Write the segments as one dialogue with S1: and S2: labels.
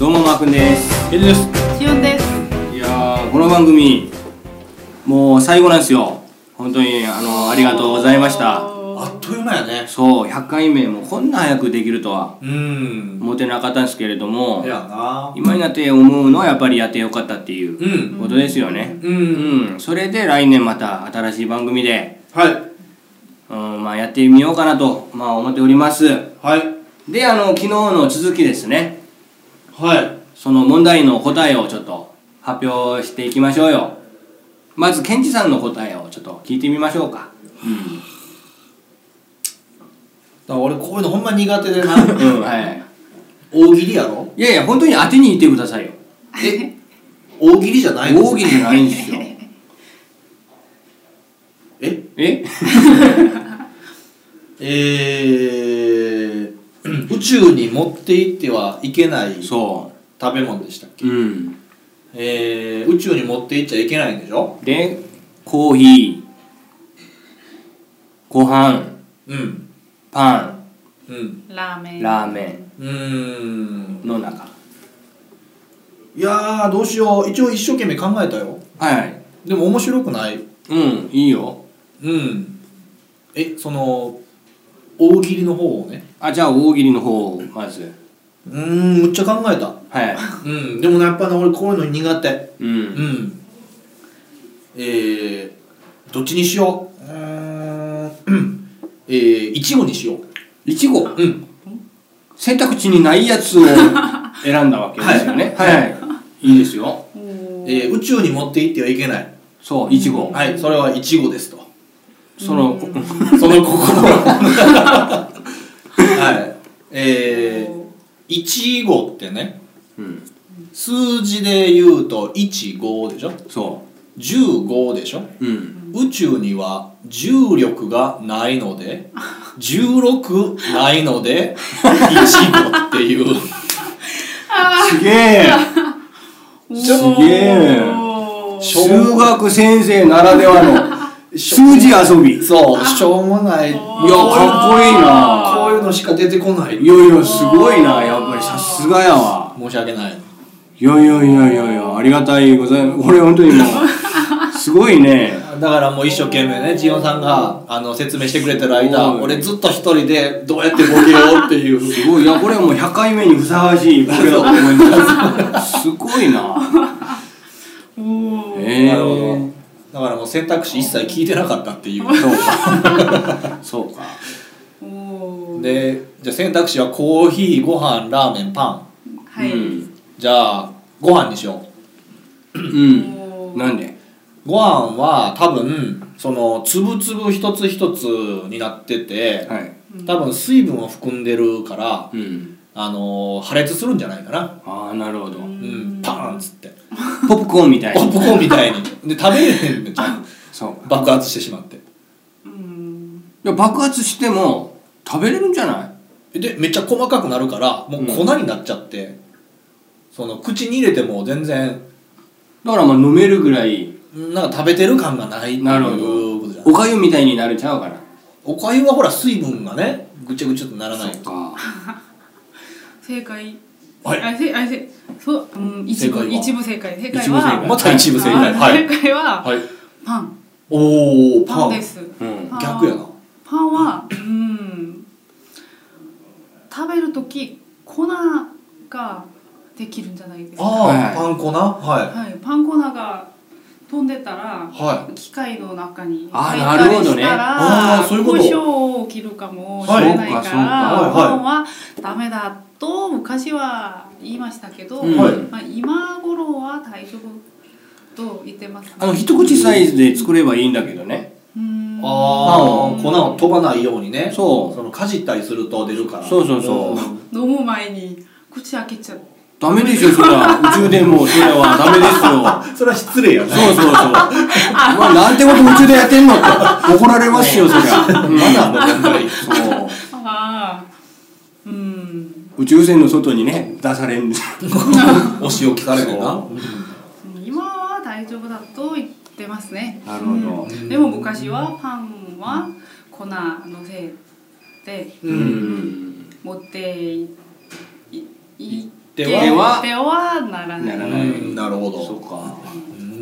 S1: マー君です
S2: エルです
S3: しおんです。
S1: いやーこの番組もう最後なんですよ本当にあのありがとうございました
S2: あっという間やね
S1: そう100回目もこんな早くできるとは
S2: うん
S1: 思ってなかったんですけれども
S2: やな
S1: 今になって思うのはやっぱりやってよかったっていう
S2: う
S1: うんことですよね
S2: う
S1: うんん、それで来年また新しい番組で、
S2: はい
S1: うんまあ、やってみようかなと、まあ、思っております
S2: はい
S1: であの昨日の続きですね
S2: はい
S1: その問題の答えをちょっと発表していきましょうよまずケンジさんの答えをちょっと聞いてみましょうか
S2: だから俺こういうのほんま苦手でな
S1: うんはい
S2: 大喜利やろ
S1: いやいや本当に当てにいってくださいよ
S2: え大喜利じゃないの
S1: 大喜利じゃないん ですよ
S2: え
S1: え
S2: えー、宇宙に持って行ってはいけない食
S1: そ
S2: べ物でしたっけ
S1: ううん
S2: えー、宇宙に持って行っちゃいけないんでしょ
S1: でコーヒーご飯
S2: うん
S1: パン
S2: うん
S3: ラーメン。
S1: ラーメ
S2: うーん
S1: ンの中
S2: いやーどうしよう一応一生懸命考えたよ
S1: はいはい
S2: でも面白くない
S1: うんいいよ
S2: うんえその大喜利の方をね
S1: あじゃあ大喜利の方をまず
S2: うーんむっちゃ考えた
S1: はい
S2: うんでもねやっぱね俺こういうの苦手
S1: う
S2: うんんえー、どっちにしよううーんえー、いちごにしよう
S1: いちご
S2: うん
S1: 選択肢にないや つを選んだわけですよね。
S2: はい
S1: い。いいですよ。
S3: お
S2: え
S3: ー
S2: ー、宇宙に持って行ってはいけない
S1: そう、いちご。
S2: はいそれはいちごですと
S1: その、
S2: そ の心はいえー、いちごってね
S1: うん、
S2: 数字で言うと15でしょ
S1: そ
S2: 15でしょ
S1: う。うん。
S2: 宇宙には重力がないので16ないので1号っていう
S1: すげえすげえ
S3: おー
S1: 中学先生ならではの数字遊び。いや、
S2: そうしょうもないいや
S1: かっこいい
S2: こ
S1: な
S2: ういうのしか出てこない
S1: いやいや、すごいな。やっぱりさすがやわ。
S2: 申し訳ない
S1: いやいやいやいやいや、ありがたいございます。これ本当にもう、すごいね。
S2: だからもう一生懸命ねジオンさんがあの説明してくれてる間
S1: おい
S2: 俺ずっと一人でどうやってボケようっていう
S1: すごい。いや、これはもう100回目にふさわしいボケだと思います。すごい な。
S3: おー
S1: ええ
S2: なるほどだからもう選択肢一切聞いてなかったっていう
S1: そうか。そうか。
S3: おー
S2: でじゃあ選択肢はコーヒーご飯ラーメンパン
S3: はい。
S1: うん。
S2: じゃあご飯にしよう
S1: うん。
S3: おー
S1: なんで
S2: ご飯は多分その粒々一つ一つになってて、
S1: はい。
S2: 多分水分を含んでるから、
S1: うん。
S2: あのー破裂するんじゃないかな
S1: ああ、なるほど。
S2: うんパーンっつって
S1: ポップコーンみたい
S2: ポップ
S1: な。
S2: コーンみたいにで食べれへんねんちゃんと
S1: そうか。
S2: 爆発してしまって
S3: うん
S1: いや、爆発しても食べれるんじゃない
S2: でめっちゃ細かくなるからもう粉になっちゃって、その口に入れても全然
S1: だからまあ飲めるぐらい、
S2: なんか食べてる感がないっていう
S1: なるほ
S2: ことじゃな
S1: お
S2: い
S1: かゆみたいになるちゃうかな。
S2: おかゆはほら水分がねぐちゃぐちゃとならない
S1: そっか。
S3: 正解。
S2: はい
S3: あせあせそううん一
S2: 正
S3: 部
S2: 解は
S3: 一部正解。正
S1: 一
S3: 解
S1: 部正
S3: は
S1: 解
S2: また一部正解
S3: あ
S2: はい
S3: 正解は
S2: はい
S3: パン
S2: おお
S3: パンです。
S1: うん。
S3: パン
S2: 逆やな
S3: パンはうん食べるとき粉ができるんじゃないですか。は
S1: は
S2: あ
S1: い
S2: あパン粉なはい
S3: パン粉が飛んでたら
S2: い。は
S3: 機械の中に
S1: あ
S3: 入
S1: な
S3: っ
S1: る
S3: た
S1: ほ
S3: り
S1: ど
S3: し
S1: ね
S3: た
S2: あ
S3: ら
S2: ーそういうこと
S3: 故障を切るかもしれない
S1: はいそうか
S3: から
S1: そう
S3: 日
S1: か
S2: はいはい
S3: 本はダメだと昔は言いましたけど、
S1: うん
S2: はい
S3: まあ、今頃は大丈夫と言ってますね
S1: あの、一口サイズで作ればいいんだけどね。
S3: うーん
S2: ああ
S3: うん
S2: 粉を飛ばないようにね
S1: そう
S2: そのかじったりすると出るから
S1: そうそうそう
S3: 飲む前に口開けちゃう
S1: ダメでしょ、それは。宇宙でも、それはダメですよ。
S2: んそれ は失礼やな
S1: そうそうそう。まあ、なんてこと宇宙でやってんのって怒られますよ、そりゃ。うん
S2: マナーの問題
S1: そう。
S3: ああうん
S1: 宇宙船の外にね出されるんです
S2: お仕置きされてな
S1: そ
S3: 今は大丈夫だと言ってますね
S1: なるほど
S3: うんでも昔はパンは粉のせいで
S2: う
S1: うんん
S3: 持っていいい
S2: 手
S1: 手
S2: は
S1: は
S3: 手はならな
S1: な
S3: い
S1: ら
S2: う
S1: ない
S2: んなるほ
S1: そう
S2: ど
S1: か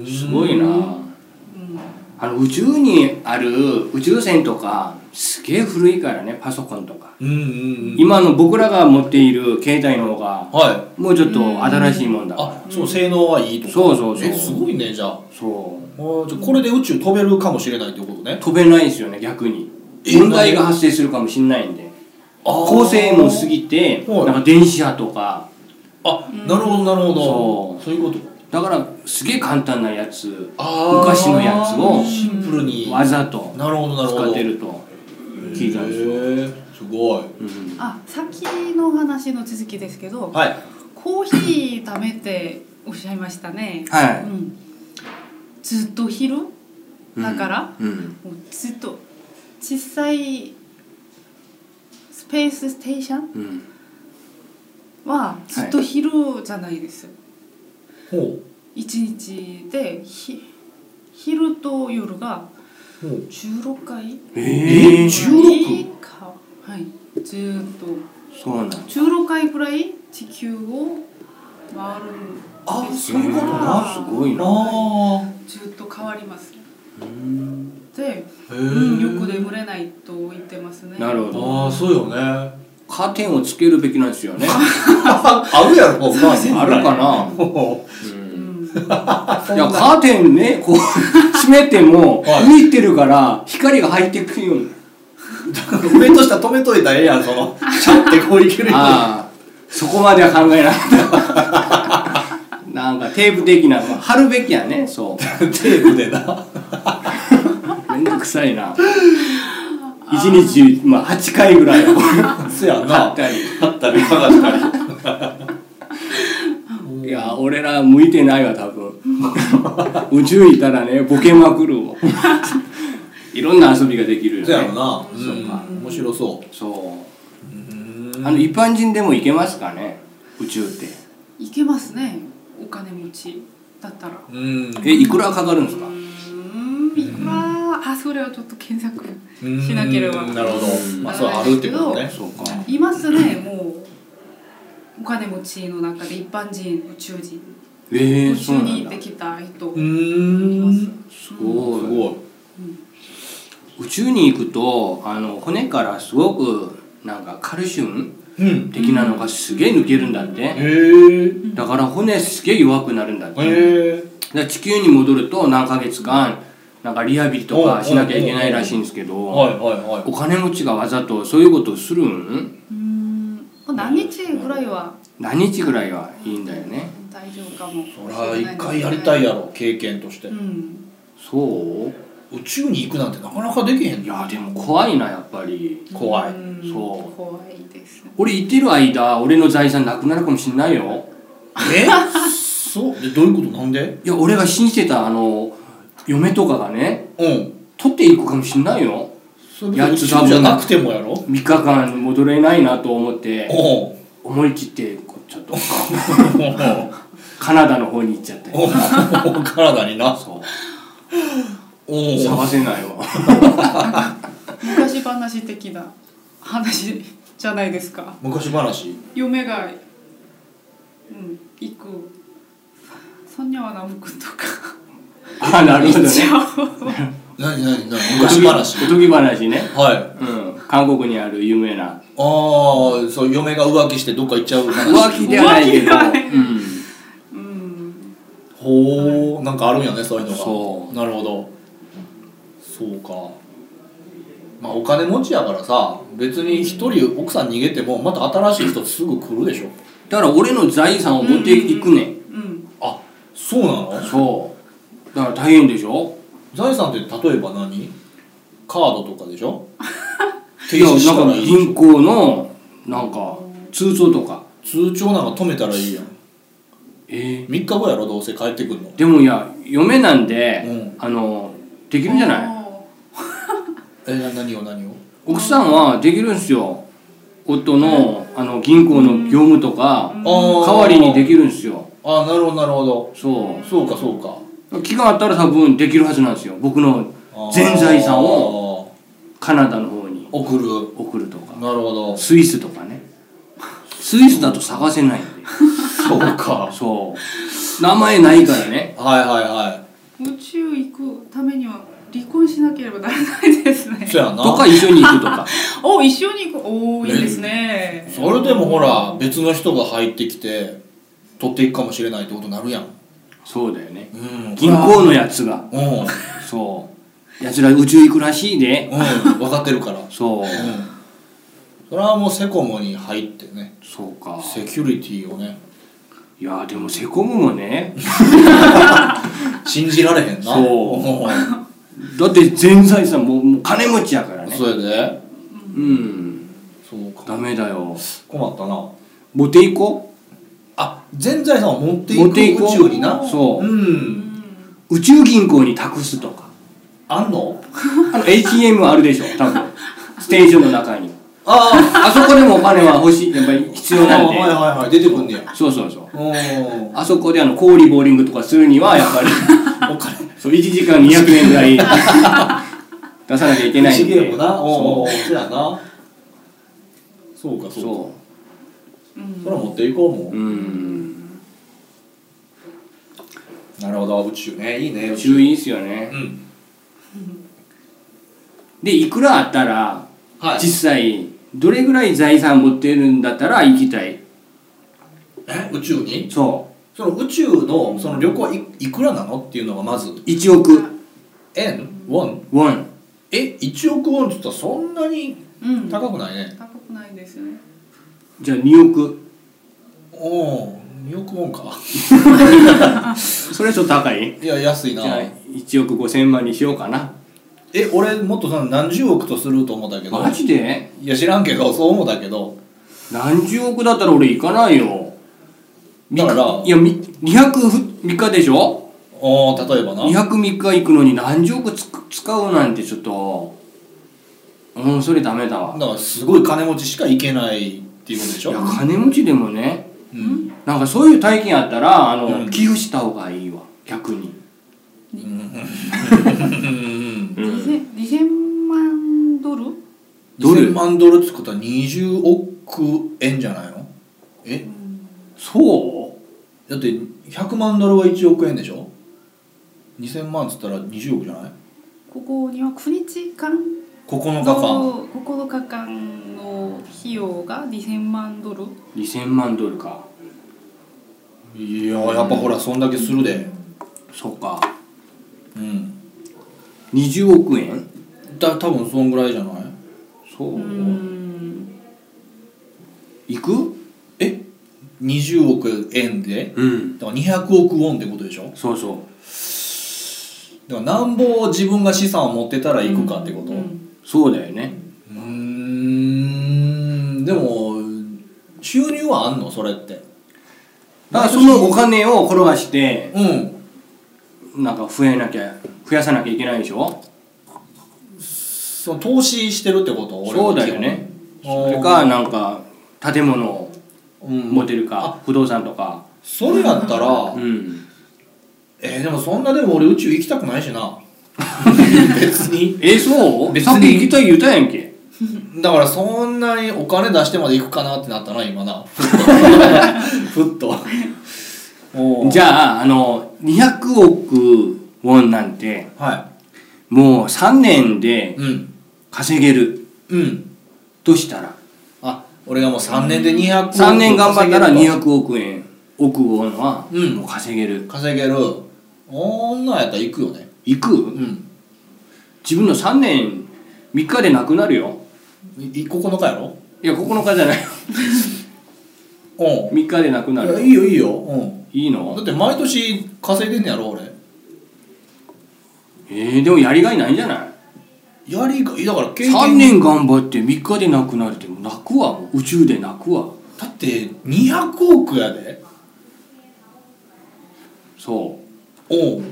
S2: うん
S1: すごいな
S3: うん
S1: あの宇宙にある宇宙船とかすげえ古いからねパソコンとか
S2: うんうんうん
S1: 今の僕らが持っている携帯の方が
S2: はい
S1: もうちょっと新しいもんだから
S2: あそう性能はいいとか
S1: そうそうそう
S2: えすごいねじゃあ
S1: そ
S2: あーじゃあこれで宇宙飛べるかもしれないということ
S1: う
S2: ね
S1: 飛べないですよね逆に
S2: え
S1: 問題が発生するかもしれないんで高性能すぎて
S2: はい
S1: なんか電子波とか
S2: あなるほどなるほど
S1: そう
S2: そういうこと
S1: だからすげえ簡単なやつ
S2: あー
S1: 昔のやつを
S2: シンプルに
S1: わざと
S2: なるほどなるほど
S1: 使ってると聞いたんですよ、
S2: へーすごい
S1: うん
S3: あさっきのお話の続きですけど、
S2: はい
S3: コーヒー食べておっしゃいましたね、
S1: は
S3: う
S1: い、
S3: ん、ずっと昼だから、
S1: うん
S3: もうずっと小さいスペースステーション
S1: うん
S3: はずっと昼じゃないです、
S2: ほ
S3: 一日でひ昼と夜が
S2: うほう
S3: 16回
S1: ええ
S2: ー16
S3: かはいずっと
S1: そうなんだ
S3: 16回くらい地球を回るんです
S2: あ
S1: す
S2: そういうことな
S3: が
S1: すごいな
S2: あ
S3: ずっと変わります
S1: うん
S3: で、
S2: ーへ
S3: うん、
S2: ー
S3: よく眠れないと言ってますね
S1: なるほど
S2: ああそうよね
S1: カーテンをつけるべきなんですよね
S2: あるやろほか
S1: ある かな、
S2: ほ
S1: うん
S3: うん、
S1: いやカーテンねこう 閉めても
S2: はい
S1: 浮いてるから光が入ってくるように
S2: う上と下止めといたらええやんそのシャッてこういけるように
S1: ああそこまでは考えなかった なんかテープ的なの貼るべきやねそ
S2: テープでな
S1: うめんどくさいな一日まあ8回ぐらいは
S2: そや
S1: 貼
S2: な
S1: ったり
S2: あったりかがったり
S1: いや俺ら向いてないわ多分宇宙いたらねボケまくるもんいろんな遊びができるよ
S2: そ
S1: ね
S2: やろな
S3: そうか
S2: うん面白そ
S1: そう
S2: ううん
S1: あの一般人でも行けますかね宇宙って
S3: いけますねお金持ちだったら
S2: うん
S1: えいくらかかるんですか
S3: うんいくらあそれはちょっと検索
S2: うん
S3: しなければ
S2: なるほど
S1: うん
S2: まあそうあるってことね
S1: そうか
S3: いますねもうお金持ちの中で一般人宇宙人
S1: ええ
S3: 宇
S1: そう
S3: 宙
S1: なん
S3: に
S1: だ
S3: できた人
S2: う
S3: いま
S2: ん
S3: す
S2: す
S1: す
S2: ご
S1: ごい
S2: い
S1: 宇宙に行くとあの骨からすごくなんかカルシウム
S2: うん
S1: 的なのがすげえ抜けるんだっ
S2: へ
S1: て、
S2: え
S1: だから骨すげえ弱くなるんだって、
S2: へえ
S1: だから地球に戻ると何ヶ月間なんかリハビリとかしなきゃいけないらしいんですけど、
S2: はいはいはい
S1: お金持ちがわざとそういうことをするん
S3: うんもう何日ぐらいは
S1: 何日ぐらいはいいんだよね
S3: 大丈夫かも
S2: そりゃ一回やりたい
S3: や
S2: やろ経験として
S3: うん
S1: そう
S2: 宇宙に行くなんてなかなかできへん
S1: い
S2: よ
S1: やでも怖いなやっぱり
S2: 怖い
S3: うん
S1: そう
S3: 怖いです
S1: 俺行ってる間俺の財産なくなるかもしんないよ
S2: えそうでどういうことなんで
S1: いや俺が信じてたあの嫁とかがね
S2: うん
S1: 取っていくかもしんないよ
S2: それ
S1: や
S2: 宇
S1: つ
S2: 宙
S1: 多分
S2: じゃなくてもやろ
S1: 3日間戻れないなと思って
S2: おう
S1: 思い切ってこうちょっと
S2: おう
S1: カナダの方に行っちゃって
S2: おう体にな
S1: そう
S2: おう
S1: 探せないわ
S3: 昔話的な話じゃないですか
S2: 昔話
S3: 嫁がうん行くそんにゃはなむくんとか
S1: あなるほどね
S2: なになになに昔話
S1: おとぎ話ね
S2: はい
S1: うん韓国にある有名な
S2: ああそう嫁が浮気してどっか行っちゃう話
S1: 浮気ではないけど
S3: 浮気ではない
S1: うん
S3: うん
S2: ほうなんかあるんやねそういうのが
S1: そう
S2: なるほどそうかまあお金持ちやからさ別に一人奥さん逃げてもまた新しい人すぐ来るでしょ
S1: だから俺の財産を持っていくねん
S3: うん
S2: あそうなの
S1: そうだから大変でしょ
S2: 財産って例えば何カードとかでし ょ
S1: い
S2: 停
S1: や
S2: 止し
S1: な
S2: た
S1: ん
S2: ら
S1: か
S2: いい
S1: 銀行のなんか通帳とか
S2: 通帳なんか止めたらいいやん
S1: ええ
S2: 3日後やろどうせ帰ってくんの
S1: でもいや嫁なんで、
S2: うん
S1: あので きるんじゃない
S2: えな何を何を
S1: 奥さんはできるんですよ夫のあの銀行の業務とか
S2: あー
S1: 代わりにできるんですよ
S2: あなるほどなるほど
S1: そ
S2: そうかそうか
S1: う期間あったら多分できるはずなんですよ僕の
S2: あー
S1: 全財産をカナダの方に
S2: 送る
S1: 送るとか
S2: なるほど
S1: スイスとかねスイスだと探せないんで
S2: そうか
S1: そう名前ないからね
S2: はいはいは
S3: 宇宙行くためには離婚しなければならないですね
S2: いそやな
S1: とか一緒に行くと か
S3: お一緒に行くおおいいですね
S2: それでもほら別の人が入ってきて取っていくかもしれないってことになるやん
S1: そうだよね
S2: うん
S1: 銀行のやつが
S2: うんうん
S1: そうやつら宇宙行くらしいで
S2: 分かってるからうん
S1: そう
S2: それはもうセコムに入ってね
S1: そうか
S2: セキュリティをね
S1: いやでもセコムもね
S2: 信じられへんな
S1: そうんだって全財産もうもう金持ちやからね
S2: それで
S1: うん
S2: そうか
S1: ダメだよ
S2: 困ったな
S1: 持っていこ
S2: あ全財産を持っていく
S1: 持っていこう
S2: 宇宙にな
S1: そう
S2: うん
S1: う宇宙銀行に託すとか
S2: あんの
S1: あの ATM あるでしょ多分ステーションの中に
S2: あ
S1: あそこでもお金は欲しいやっぱり必要なん
S2: はいはい
S1: で
S2: はい出てくんねや
S1: そうそうそう
S2: うん
S1: あそこであの氷ボーリングとかするにはやっぱり
S2: お金
S1: そう1時間200円ぐらい出さなきゃいけない
S2: ち
S1: ん
S2: げえ
S1: で
S2: もなお
S1: そ
S2: おそうやなそうか
S1: う
S2: そうか
S1: そ
S2: それは持っていこうも
S1: ううん
S2: なるほど宇宙ねいいね
S1: 宇宙いいっすよね
S2: うん
S1: でいくらあったら
S2: はい
S1: 実際どれぐらい財産持ってるんだったら行きたい
S2: え宇宙に
S1: そ
S2: その宇宙のその旅行いいくらなのっていうのがまず
S1: う1億
S2: 円ウォン
S1: ウォン
S2: え1億ウォンって言ったらそんなに
S3: うん高
S2: 高くないね
S3: くないですよね
S1: じゃあ2億
S2: おお2億ウォンか
S1: それちょっと高い
S2: いや安い
S1: じ
S2: な
S1: ゃあ1億5千万にしようかな
S2: え俺もっとさ何十億とすると思ったけど
S1: マジで
S2: いや知らんけどそう思ったけど
S1: 何十億だったら俺行かないよ
S2: だから
S1: いやみ203日でしょ
S2: おー例えばな
S1: 203日行くのに何十億つく使うなんてちょっとうんそれダメだわ
S2: だからすごい金持ちしか行けないっていうことでし
S1: い
S2: ょ
S1: や金持ちでもね
S2: うん
S1: なんかそういう体験あったらあの、
S2: うん
S1: 寄付した方がいいわ逆に、
S2: うん
S1: う
S3: 二千二千万ドル
S1: ドル
S2: 2000万ドルってことは20億円じゃないのえ
S1: そ
S2: だって100万ドルは1億円でしょ2000万っつったら20億じゃない
S3: ここには9日間
S2: 9日間
S3: の9日間の費用が2000万ドル
S1: う2000万ドルか
S2: いややっぱほらそんだけするで
S1: そうか
S2: うん
S1: 20億円
S2: だ多分そんぐらいじゃない
S1: そう、
S3: うん
S1: 行く
S2: え20億円で
S1: うん
S2: だから200億ウォンってことでしょ
S1: そうそう
S2: だからなんぼ自分が資産を持ってたら行くかってこと
S3: う
S2: うん
S1: そうだよね
S2: ーんでも収入はあんのそれって
S1: だからそのお金を転がして
S2: うん
S1: なんか増えなきゃ増やさなきゃいけないでしょ
S2: その投資してるってこと俺は
S1: そうだよね
S2: 基本
S1: それかなんか建物を
S2: うん
S1: 持てるか不動産とか
S2: それやったら、
S1: うん
S2: えーでもそんなでも俺宇宙行きたくないし な別に
S1: えそう
S2: 別に
S1: さっき行きたい言うたやんけ
S2: だからそんなにお金出してまで行くかなってなったな 今なふっとお
S1: じゃああの200億ウォンなんて
S2: ゃは
S1: もう3年で
S2: いうん
S1: 稼げる
S2: うん
S1: としたら
S2: あ俺がもう3年で200
S1: 3年頑張ったら
S2: 200
S1: 200億円億ウォンは
S2: うん
S1: もう稼げる
S2: 稼げる女やったら行くよね
S1: 行く
S2: うん
S1: 自分の3年3日でなくなるよ
S2: い9日やろ
S1: いや9日じゃない
S2: う
S1: 3日でなく
S2: ん
S1: ない
S2: や
S1: る
S2: いいよいいよ、うん、
S1: いい
S2: だ
S1: の
S2: って毎年稼いでんねやろ俺
S1: えー、でもやりがいないんじゃない
S2: やりがいだから経験
S1: 3年頑張って3日でなくなるってもう泣くわ宇宙で泣くわ
S2: だって200億やで
S1: そう
S2: おう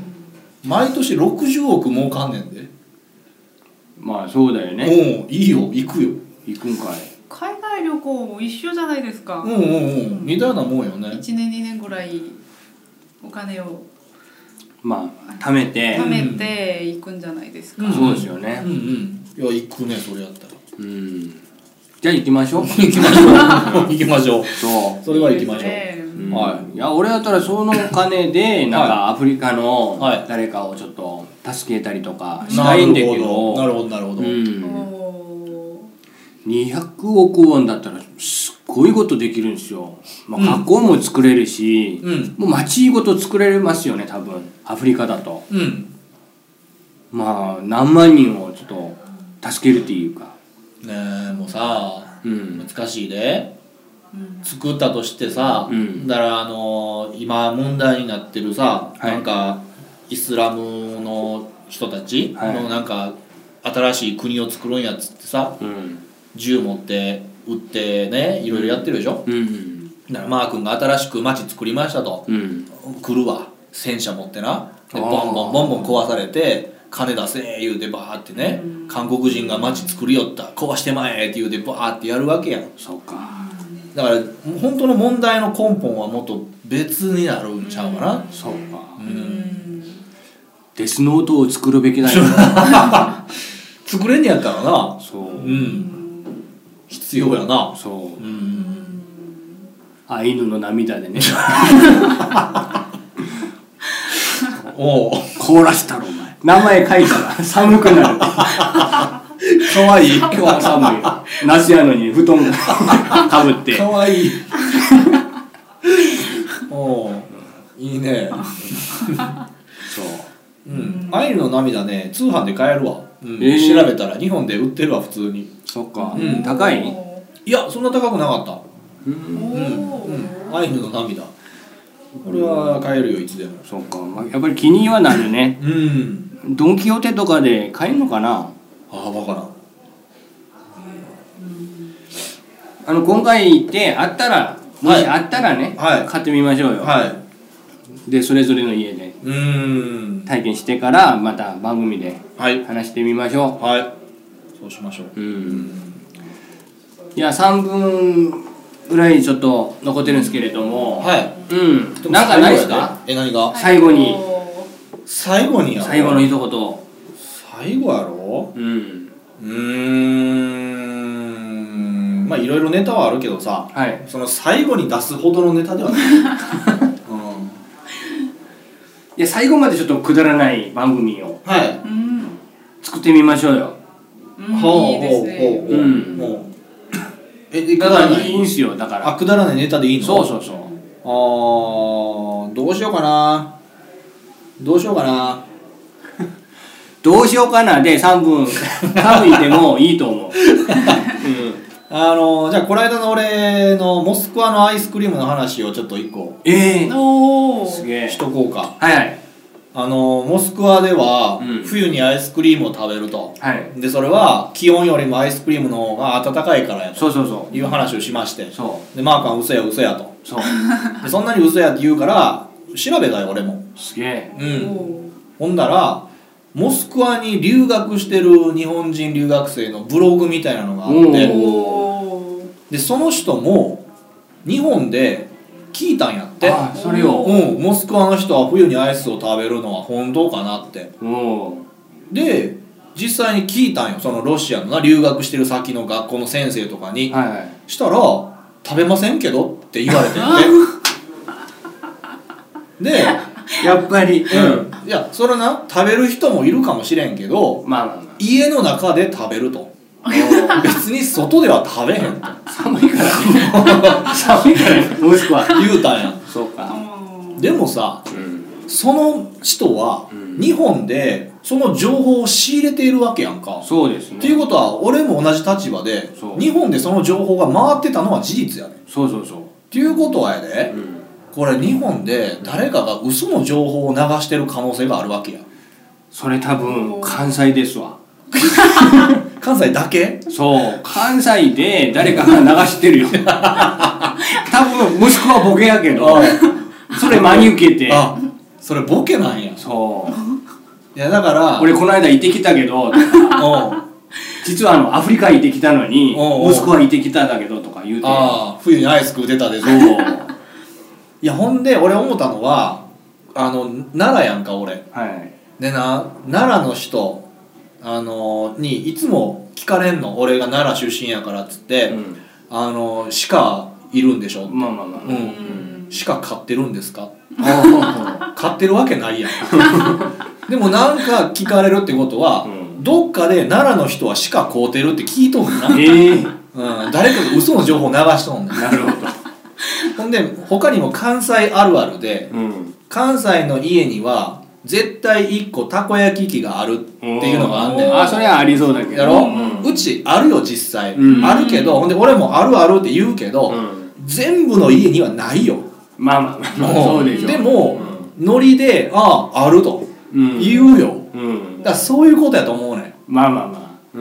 S2: 毎年60億儲かんねんで、
S1: まあそうだよね
S2: おういいよ行くよ
S1: 行くんかい
S3: 海外旅行も一緒じゃないですか、
S2: うんうんうん似たようなもんよね
S3: 一1年2年ぐらいお金を
S1: まあ貯めて
S3: 貯めていくんじゃないですか、
S2: うん
S1: そうですよ
S2: う
S1: ね
S2: んうんいや行くねそれやったら
S1: うんじゃあ行きましょう
S2: 行きましょう行きましょう
S1: そ
S2: それは行きましょ
S3: い
S2: う
S3: いですね
S1: ううんうん、
S2: はい
S1: や俺だったらそのお金でなんかアフリカの
S2: はい
S1: 誰かをちょっと助けたりとかし
S2: な
S1: たいんだ
S2: る
S1: け
S2: ほ
S1: ど
S2: どなるほどなるほど、
S1: うん、
S3: お
S1: 200億ウォンだったらすっごいことできるんですよ、まあ、学校も作れるし、
S2: うん
S1: もう街ごと作れますよね多分アフリカだと
S2: うん
S1: まあ何万人をちょっと助けるっていうか
S2: ねえもうさ、
S1: うん
S2: 難しいで
S3: ーうん
S2: 作ったとしてさ、
S1: うん
S2: だからあのー今問題になってるさ、
S1: はい
S2: なんかイスラムの人たち
S1: はい
S2: のなんか新しい国を作るんやっつってさ
S1: うん
S2: 銃持って撃ってねいろいろやってるでしょ
S1: うん
S2: だからマー君が新しく町作りましたと
S1: うん
S2: 来るわ戦車持ってなで
S1: あ
S2: ボ
S1: ー
S2: ンボンボンボン壊されて金出せ言うてバーってね韓国人が町作りよった壊してまえって言うてバーってやるわけやん
S1: そうか
S2: だから本当の問題の根本はもっと別になるんちゃうかな、
S1: そうか、
S3: うん
S1: デスノートを作るべきだよ
S2: 作れんねやったらな
S1: そううん
S2: 必要やな
S1: そううんアイヌの涙でね
S2: おう
S1: 凍らしたろお前名前書いたら寒くなる
S2: かわいい
S1: 今日は寒いよ夏やのに布団 かぶ って
S2: かわいいおういいね
S1: そう
S2: うんアイルの涙ね通販で買えるわ、うん
S1: えー
S2: 調べたら日本で売ってるわ普通に
S1: そっか、
S2: うん
S1: 高い
S3: お
S2: いやそんな高くなかった
S1: うん
S3: ー
S2: うんアイヌの涙これは買えるよいつでも
S1: そっか、まあ、やっぱり気にはなるね
S2: うん
S1: ドン・キホーテとかで買えるのかな
S2: ああバカな
S1: あの今回行ってあったらも
S2: は
S1: し
S2: い
S1: あったらね、
S2: はい
S1: 買ってみましょうよ、
S2: は
S1: でそれぞれの家で
S2: い。うーん。
S1: 体験してからまた番組で
S2: はい。
S1: 話してみましょ
S2: はい。そうしましょう。
S1: ううんいや3分ぐらいちょっと残ってるんですけれども、
S2: はい。
S1: うんなんかないですか
S2: え、何が
S1: 最後に
S3: おー
S2: 最後にやろ
S1: 最後の。一
S2: 最後やろ
S1: 言うん
S2: うーん。まあ、いろいろネタはあるけどさ、
S1: はい
S2: その最後に出すほどのネタ ではない。うん。
S1: いや最後までちょっとくだらない番組を
S2: はい。
S3: うん
S1: 作ってみましょうよ
S3: うんいいですね
S1: ううん
S2: もう。え、でく
S1: だ
S2: だ
S1: からら
S2: ないい。
S1: いんすよだか
S2: あ、
S1: ら
S2: くだらないネタでいいの
S1: そうそうそう
S2: あー、どうしようかな。どうしようかな。
S1: どうしようかなで3分 多分いてもいいと思う、うん、
S2: あのじゃあこの間の俺のモスクワのアイスクリームの話をちょっと一個
S1: えー、
S3: お
S1: す
S3: ー
S1: げえ
S2: しとこうか
S1: はいはい
S2: あのモスクワでは
S1: うん
S2: 冬にアイスクリームを食べると、
S1: はい
S2: でそれは気温よりもアイスクリームの方が暖かいからやと
S1: そうそうそ
S2: いう話をしまして
S1: うそ
S2: でマーカン嘘や嘘やと
S1: うそう
S2: でそんなに嘘やって言うから調べたよ俺も
S1: すげえ
S2: う
S3: お
S2: ん
S3: ー
S2: ほんだらモスクワに留学してる日本人留学生のブログみたいなのがあって
S1: おー
S3: おー
S2: でその人も日本で聞いたんやって
S1: あそれを
S2: うん、モスクワの人は冬にアイスを食べるのは本当かなって
S1: おお
S2: で実際に聞いたんよそのロシアのな留学してる先の学校の先生とかに、
S1: ーはいはい
S2: したら「食べませんけど」って言われてんてで、
S1: やっぱりうん
S2: うん、いやそれな食べる人もいるかもしれんけど
S1: まあまあま
S2: 家の中で食べると
S1: あおー
S2: 別に外では食べへんと
S1: 寒いからね寒いからねもしくは
S2: 言うたんや
S1: そうか
S3: あ
S2: でもさ
S1: うん
S2: その人は
S1: うん
S2: 日本でその情報を仕入れているわけやんか。
S1: そうですね
S2: っていうことは俺も同じ立場で
S1: そう
S2: 日本でその情報が回ってたのは事実やねん。っ
S1: そうそうそう
S2: ていうことはやで
S1: うん
S2: これ日本で誰かが嘘の情報を流してる可能性があるわけや。
S1: それ多分関西ですわ
S2: 関西だけ
S1: そう関西で誰かが流して るよ多分もしくはボケやけどそれ真に受けて
S2: あそれボケなんや。い
S1: そう
S2: やだから
S1: 俺この間行ってきたけど
S2: おう
S1: 実はあのアフリカ行ってきたのに
S2: おうおう
S1: モスクワ行ってきたんだけどとか言うて
S2: ああ冬にアイス食うてたでし
S1: そ
S2: ょ。
S1: う
S2: いやほんで俺思ったのはあの奈良やんか俺。
S1: はい
S2: でな奈良の人、あのーにいつも聞かれんの俺が奈良出身やからっつって、
S1: うん
S2: あのー鹿いるんでしょ、
S1: まあまあまあ
S2: うん
S3: ーうん
S2: しか買ってるんですか
S1: あ
S2: 買ってるわけないやん でもなんか聞かれるってことは、
S1: うん
S2: どっかで奈良の人は鹿買うてるって聞いとんねんな、
S1: あええ
S2: うん、誰かが嘘の情報流しとんねん
S1: なるほど
S2: ほんで他にも関西あるあるで
S1: うん
S2: 関西の家には絶対1個たこ焼き器があるっていうのがあんねん
S1: あそれはありそうだけど
S2: やろ、
S1: うん
S2: うちあるよ実際、
S1: うん
S2: あるけどほんで俺もあるあるって言うけど、
S1: うん
S2: 全部の家にはないよ、
S1: まあまあまあまあそうでしょ
S2: でも、ノリであああると
S1: うん
S2: 言うよ、
S1: うん
S2: だからそういうことやと思うねん
S1: まあまあま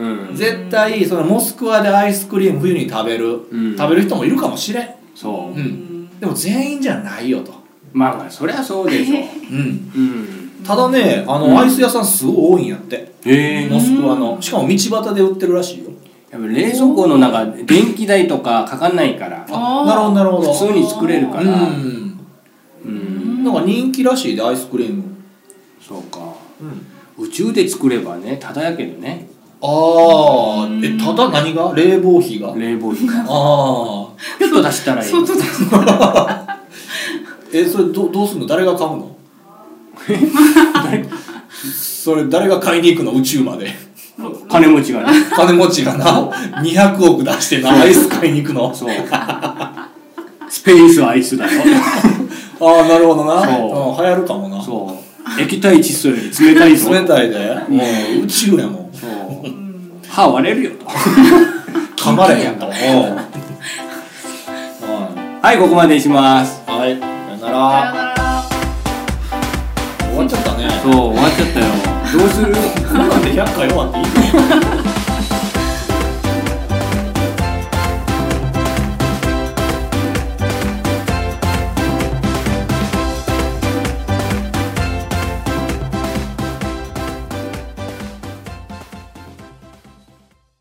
S1: あうん
S2: 絶対そのモスクワでアイスクリーム冬に食べる、
S1: うん
S2: 食べる人もいるかもしれん、、
S1: そううん
S2: でも全員じゃないよと、
S1: まあまあそりゃそうでしょ
S2: う
S1: う
S2: ん、
S1: ん
S2: ただねあの、
S1: うん
S2: アイス屋さんすごい多いんやって
S1: へえ
S2: モスクワのしかも道端で売ってるらしいよ
S1: やっぱ冷蔵庫の中電気代とかかかんないから
S3: あー
S2: なるほどなるほど
S1: 普通に作れるか
S2: う
S1: ら
S2: ん
S1: うん
S2: なんか人気らしいでアイスクリーム、
S1: そうか宇宙で作ればねただやけどね
S2: ああえただ何が冷房費が
S1: 冷房 費
S2: あ
S1: が
S2: あ
S1: ちょっと出したらいい
S3: 外だ
S2: えそれどどうすんの誰が買うの それ誰が買いに行くの宇宙まで
S1: 金持ちがね
S2: 金持ちがな200億出してなアイス買いに行く の
S1: そうスペースアイスだよ
S2: ああなるほどな
S1: そ
S2: うん流行るかもな
S1: そう液体窒素より冷たいぞ
S2: 冷たいでもう宇宙やもん
S1: そう歯割れるよと
S2: 噛まれへんとうん
S1: はいここまでにします
S2: はいさよな
S3: さよな
S2: ら
S3: ら
S2: 終わっちゃったね
S1: そう終わっちゃったよどうする
S2: こんなんで100回終わっていいの